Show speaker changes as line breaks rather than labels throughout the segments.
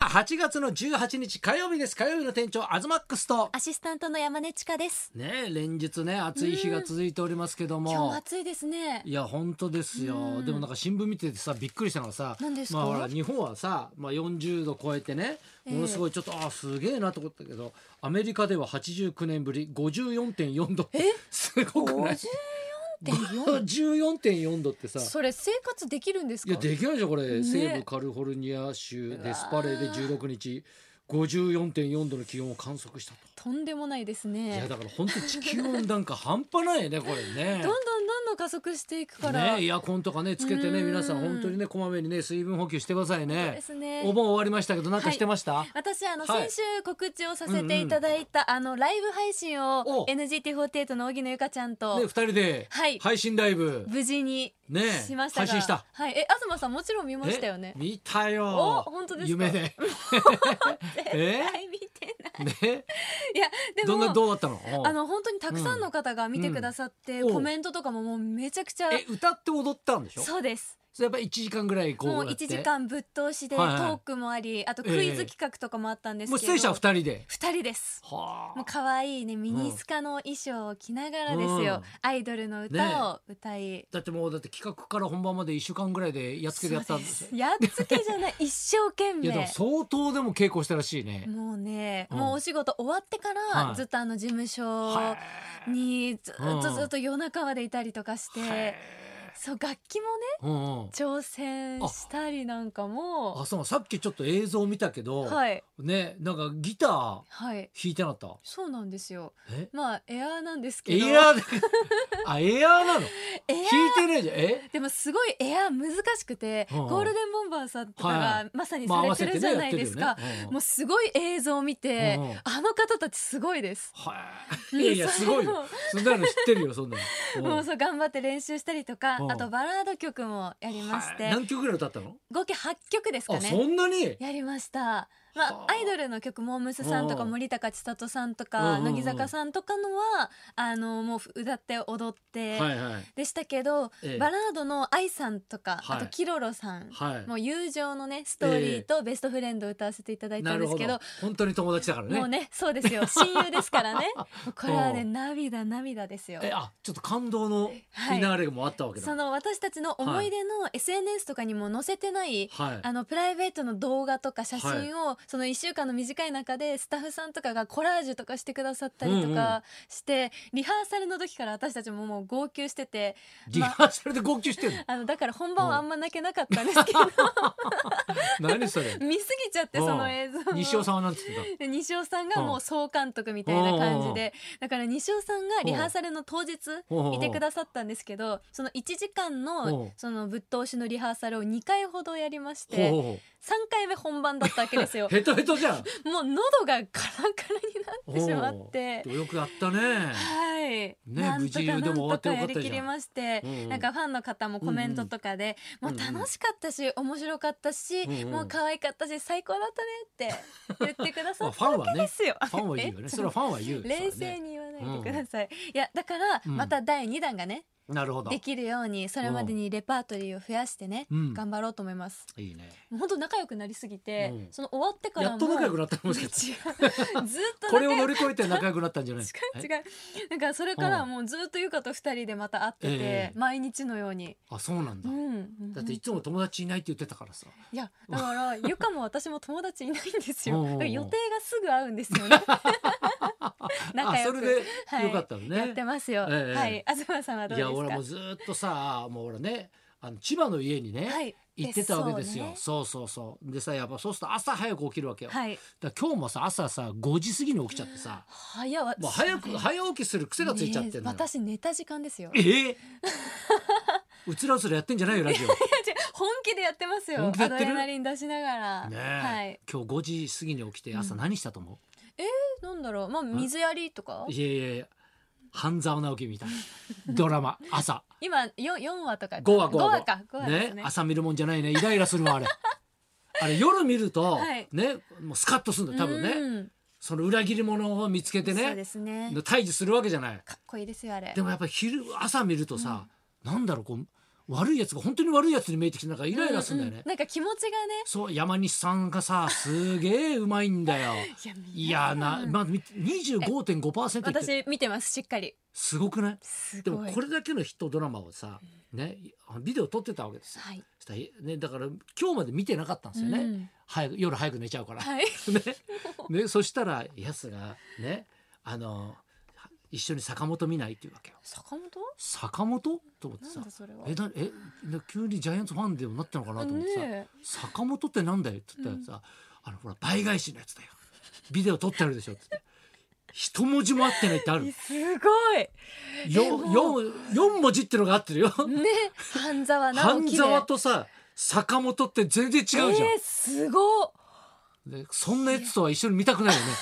8月の18日火曜日です火曜日の店長アズマックスと
アシスタントの山根千佳です。
ねえ連日ね暑い日が続いておりますけど
今日も
も
暑いですね。
いや本当ですよ
うん
でもなんか新聞見ててさびっくりしたのがさ
何ですか
まあほら日本はさまあ40度超えてね
ええ
ものすごいちょっとあーすげえなと思ったけどアメリカでは89年ぶり54.4度
え、
すごく
五
ない
十四点
54.4度ってさ
四。それ生活できるんです
い
か。
やできないでしょこれ、
ね
西部カリフォルニア州デスパレーで16日54.4度の気温を観測したと。
とんでもないです
いや
ね。
だから本当地球温暖化半端ないねこれ ね。
どんどんどんどん加速していくから。
ねエアコンとかねつけてね
うん
皆さん本当にねこまめにね水分補給してください
そう
ね
で。すね。
お盆終わりましたけどなんかしてました？
私あの
はい
先週告知をさせていただいた、あのライブ配信
お
を NGT48 の荻野由香ちゃん
ね二
と
人で
はい
配信ライブ
無事に
ね
しましたが、
配信した。
はいえ東さんもちろん見ましたよね
え見たよ。
お本当ですか
夢 で。え
はい見てない
ね
いやでも
どんなどうだったの？
あの本当にたくさんの方が見てくださって、
うんうん
コメントとかももうめちゃくちゃ
え歌って踊ったんでしょ？
そうです
それやっぱ一時間ぐらいこう
もう
やって
1時間ぶっ通しでト
はいはい
ークもあり、あとクイズ企画とかもあったんです
もう
け
出
ど、
演者は二人で。
2人です
は
もう可愛いねミニスカの衣装を着ながらですよ、
うん
アイドルの歌を歌い、
だってもうだって企画から本番まで一週間ぐらいでやっつけでやったんですよ
そう。やっつけじゃない一生懸
いやでも
命
相当でも稽古したらしいね。
もうね、
うん
もうお仕事終わってから、
はい
ずっとあの事務所
は
にずっ
う
と
ん
ずっと夜中までいたりとかして、
いへ
そう楽器もね
ーうんうん。
挑戦したりなんかも
あそうさっきちょっと映像見たけど、
はい
ねなんかギター弾
はい
いてなかった。
そうなんですよ
え？
まあエアーなんですけ
エ
ど
アーで あエアーなの弾
エアー
いてないじゃんえ
でもすごいエアー難しくて、
うんうん
ゴールデンボンバーさんとか
は
がまさに
まあ
さ
合わ
れ
せ
て
て
る
ね
じゃな
やっ
い
てる
で
よ
す
ね
か、
うんうん
もうすごい映像を見て、
うんうん
あの方たちすごいです、
はいいやいやすごい よそんなの知ってるよそんなの。うん
もうそう頑張って練習したりとか、
うん
あとバラード曲もやりまして、
はい何曲ぐらい歌ったの？
合計8曲ですか
あ
ね
そんなに。
やりました。ま
は
あ、
あ
アイドルの曲もムスさんとか
うん
森高千里さんと
うんうん
か
うん
乃木坂さんとかのはあのもう歌って踊って
はいはい。
でしたけど、
ええ
バラードの愛さんとか、
はい
あとキロロさん、
はい。
もう友情のねストーリーとベストフレンドを歌わせていただいたんですけど,、
なるほど本当に友達だからね
もうねそうで すよ親友ですからねもうこれはね
うん
涙涙ですよ
え。あちょっと感動のフ
はい
ィナーレもあったわけだ
その私たちの思い出の SNS とかにも載せてない
はい
あのプライベートの動画とか写真を、その1週間の短い中でスタッフさんとかがコラージュとかしてくださったりとかして、リハーサルの時から私たちももう号泣してて
リハーサルで号泣してるの、
あのだから本番はあんま泣けなかったんですけど、
何そ れ
見すぎちゃってその映像を
西尾さんはなんつってた
で 西尾さんがもう総監督みたいな感じで、だから西尾さんがリハーサルの当日
うん
いてくださったんですけどその1時間
うん
のそのぶっ通しのリハーサルを2回ほどやりまし
ほう
て
ほ
3
うほ
回目本番だったわけです よ
う。ヘトヘトじゃん
もう喉がカランカラになってしまって
おう。よくやったね
はい、
ね
なんとかな
無
ん
事でも終わ
と
ってよ
か
か
や
った
り
じゃん
きりまして、
うんうん
なんかファンの方もコメントとかで、
うんうん
もう楽しかったし、面白かったし、
うんうん
もう可愛かったし最高だったねって言ってくださ
まあ
っ
フ
た
ァンはね
ですよ。
ファンは言うよね
え
それはファンは言う
冷
それは
静
ね
に言わないでください、いやだから
うん
また第2弾がね、
なるほど
できるようにそれまでにレパートリーを増やしてね、
うん
頑張ろうと思います
いいね
もう本当仲良くなりすぎて、
うん
その終わってからも
やっと仲良くなったのもし
違
か
う
して
ずっ と
これ
仲
を
良
乗
く
り越えて仲良くなったんじゃない
違う違
え
うなんかそれからもうずっとゆかと二人でまた会ってて、
ええ
毎日のように、
あそうなん
う
だ、
ん、
だっていつも友達いないって言ってたからさ
いやだからゆかも私も友達いないんです
う
よ
ん
だ
うんうん
から予定がすぐ合うんですよね 仲
あそ
良
れ
く
でよかったのね、
やってますよ、
ええ
はい東さんはどう
い
で
や俺はもう
す
ずーっとさもう俺ねあの千葉の家にね、
かはい
行ってたわけですよ
そうね
そう,、そうそうでさやっぱそうすると朝早く起きるわけよ、
はい
だから今日もさ朝さ5時過ぎに起きちゃってさ
早わ
もう早く早起きする癖がついちゃって
ね
ん
え
のよ、
私寝た時間ですよい
え
や
ーうつらうつらやってんじゃないよラ ジオね
違う本気でやってますよ
本気でやってる
アドレナリン出しながら、
え、
はい
今日5時過ぎに起きて朝何したと思
なんだろうまあ水やりとか
う、いやいやいや半沢直樹みたいなドラマ朝
今四四話とか
5話5話
五か五話ですね
朝見るもんじゃないねイライラするわあ れあれ夜見ると、
はい
ねもうスカッとするんだよ多分ね、
うん
その裏切り者を見つけて
そう
ね
ですね
退治するわけじゃない
かっこいいですよあれ
でもやっぱり昼朝見るとさ、なんだろうこう悪いやつが本当に悪いやつに見えてきてなんかイライラするんだよね、
ううなんか気持ちがね
そう山西さんがさすげえうまいんだよいやな、まあ、み25.5%って
私見てますしっかり
すごくない
す
で
ごい
もこれだけのヒットドラマをさ、ね、ビデオ撮ってたわけですよ、
はい、
そしたらね、だから今日まで見てなかったんですよね、
うん
早く夜早く寝ちゃう から、
はい、
ねね、そしたらやつがねあの一緒に坂本見ないっていうわけよ
坂本
坂本と思って
な
さ
んだそれは
えなえな急にジャイアンツファンでもなったのかなと思ってさ、
ね
坂本ってなんだよって言ったらさ、あのほら倍返しのやつだよビデオ撮ってあるでしょって言って一文字も合ってないってある
え
よ
すごいも
四四文字ってのが合ってる よ
ね半沢直
半
樹で
沢とさ坂本って全然違うじゃん、
えー、すごっ
でそんなやつとは一緒に見たくないよね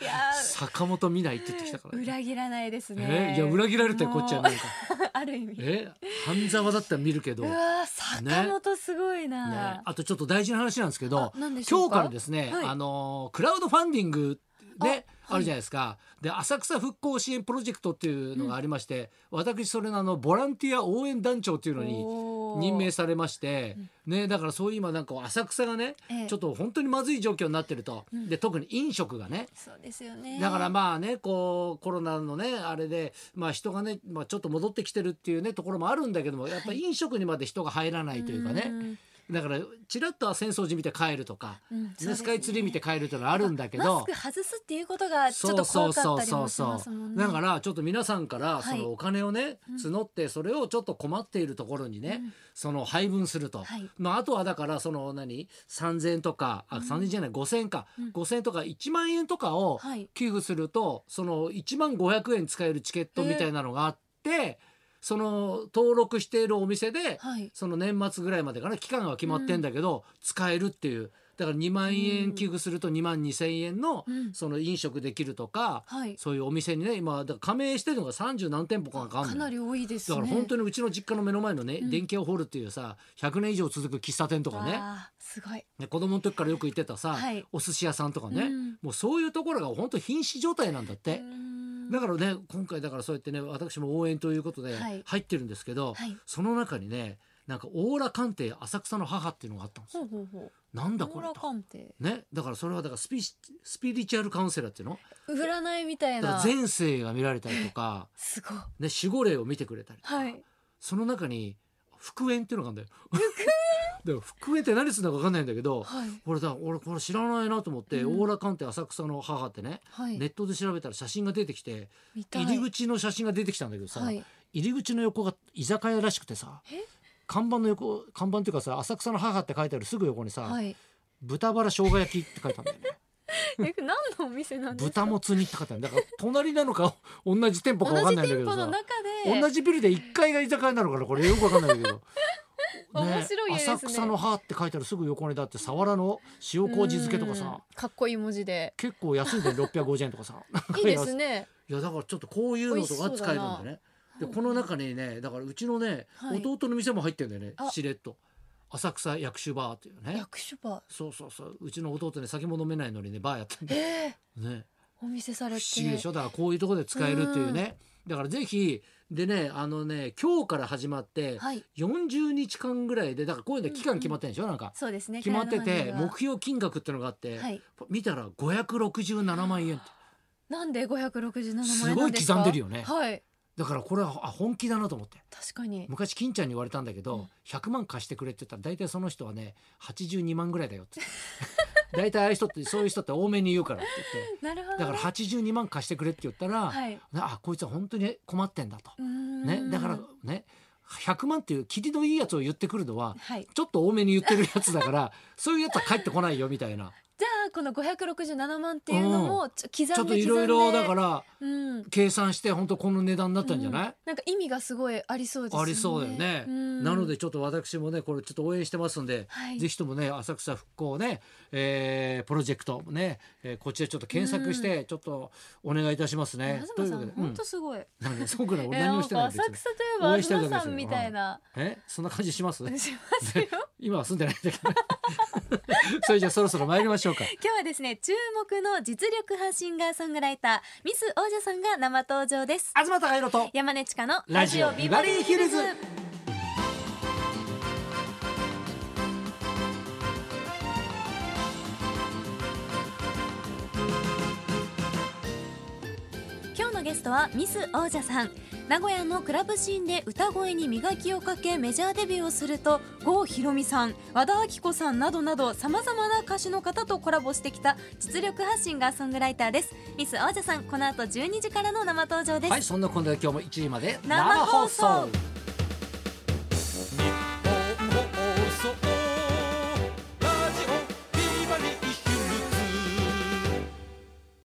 いや
坂本見ないって言ってきたから、
ー裏切らないです
え
ね
いや裏切られたよこっちは
も
な
うん
か
ある意味
え半沢だったら見るけど、
う
ね、
わー坂本すごいな、
あとちょっと大事な話なんですけど
あ何でし
今
ょう
日
か
からですね、
はい
あのークラウドファンディングねあ,、
あはい
るじゃないですかで浅草復興支援プロジェクトっていうのがありまして、私それのあのボランティア応援団長っていうのに
おー
任命されまして、ね、だからそういう今なんか浅草がね、
ええ
ちょっと本当にまずい状況になってると、
うん
で特に飲食がね
そうですよね
だからまあねこうコロナのねあれで、まあ、人がね、まあ、ちょっと戻ってきてるっていうねところもあるんだけどもやっぱり飲食にまで人が入らないというかね、
ん
だからちらっとは浅草寺見て帰るとか、
うん
ね
そうです
ス
ね
カイツリー見て帰るというのはあるんだけ
マ
ど
スク。外すっていうことがちょっと怖かったりもしますもんね
だからちょっと皆さんから
は
そ
い
のお金をね
うん
募ってそれをちょっと困っているところにね
うん
その配分すると
はい
まああとはだからその何3,000円とかあ
うん
3,000円じゃない5,000円か
うん
5,000円とか1万円とかを
はい
寄付するとその1万500円使えるチケットみたいなのがあってその登録しているお店で
はい
その年末ぐらいまでかな期間が決まってんだけど、使えるっていうだから2万円寄付すると2万2千円の、
うん
その飲食できるとか、
はい
そういうお店にね今だから加盟してるのが30何店舗かがある
か
のよ
なり多いです
だ
ね
から本当にうちの実家の目の前のね、
うん
電気屋ホールっていうさ100年以上続く喫茶店とかね
わあすごい
ね子供の時からよく行ってたさ、
はい
お寿司屋さんとかね、
うん
もうそういうところが本当瀕死状態なんだって。
うん
だからね今回だからそうやってね私も応援ということで
はい
入ってるんですけど、
はい
その中にねなんかオーラ鑑定浅草の母っていうのがあったんです
ほ
よ
う。ほうほう
なんだ
オ
こ
ー
れ
ラ
と。
鑑定
ね、だからそれはだからスピスピリチュアルカウンセラーっていうの
占いみたい
だから
な
前世が見られたりとか、
すごい
ね、守護霊を見てくれたりとか、
はい
その中に復縁っていうのがあるんだよ。 だから復縁って何するのか分かんないんだけど
はい
俺だ俺これ知らないなと思って、
うん
オーラ鑑定浅草の母ってね、
はい
ネットで調べたら写真が出てきて
見たい
入り口の写真が出てきたんだけどさ、
はい
入り口の横が居酒屋らしくてさ
え
看板の横看板っていうかさ「浅草の母」って書いてあるすぐ横にさ「
はい
豚バラ生姜焼き」って書いてあるんだよ ね
え何のお店なんですか
豚もつ煮って書いてあるだから隣なのか同じ店舗か分かん
同じ
ないんだけ
店
ど
舗の
さ
中で
同じビルで1階が居酒屋なのかなこれよく分かんないんだけど。
面白い絵ですね
浅草の母って書いてあるすぐ横にだってさわらの塩麹漬けとか
うん
さ
かっこいい文字で
結構安いで650円とかさ
いいですね
いやだからちょっとこういうのとか使えるんだよね。で
うん
この中にねだからうちのね、
はい
弟の店も入ってるんだよね
あ
しれっと浅草薬酒バーっていうね
役所場
そうそうそううちの弟ね酒も飲めないのにねバーやってんだよ
えー
ね
お見せさ
不
れ
思
て
議でしょだからこういうところで使えるっていうねだからぜひでねあのね今日から始まって
はい
40日間ぐらいでだからこういうの期間決まってるんでしょなんか
そうですね
決まって
クラウド
て
ファンディングは
目標金額ってのがあって
はい
見たら567万円って
なんで567万円なんですか
すごい刻んでるよね
はい
だからこれはあ本気だなと思って。
確かに
昔金ちゃんに言われたんだけど、
うん
100万貸してくれって言ったら大体その人はね82万ぐらいだよって 大体ああいう人ってそういう人って多めに言うからって言って
なるほど
だから82万貸してくれって言ったら、
はい
あこいつは本当に困ってんだと、ね、
ね
だからね100万っていう霧のいいやつを言ってくるのは
はい
ちょっと多めに言ってるやつだから そういうやつは帰ってこないよみたいな
じゃあこの567万っていうのもちょ刻んで
ちょっ
刻ん
と
で
いろいろだから
うん
計算して本当この値段になったんじゃない、
うんなんか意味がすごいありそうですよね
ありそうだよね、
ん
なのでちょっと私もねこれちょっと応援してますんで、
はい
ぜひともね浅草復興ね、えープロジェクトね、えーこっちでちょっと検索してちょっとお願いいたしますね。とい
東
う
さ
わけ
ん
で、うん
本当すごい
なんでそうくない
え
俺
な
何も
ん
して
か
ない別
浅
に
草といえば
応援してるだけ
東
ですよ
さんみたいな
えそんな感じします
しますよ
今は住んでないんだけど それじゃあそろそろ参りましょ うか
今日はですね注目の実力派シンガーソングライターミス王者さんが生登場です
東貴弘と
山根千佳の
ラジオビバリーヒルズ
今日のゲストはミス王者さん名古屋のクラブシーンで歌声に磨きをかけメジャーデビューをすると郷ひろみさん和田アキ子さんなどなどさまざまな歌手の方とコラボしてきた実力派シンガーソングライターですミス王者さんこの後12時からの生登場です、
はいそんなこんなで今日も1時まで
生放送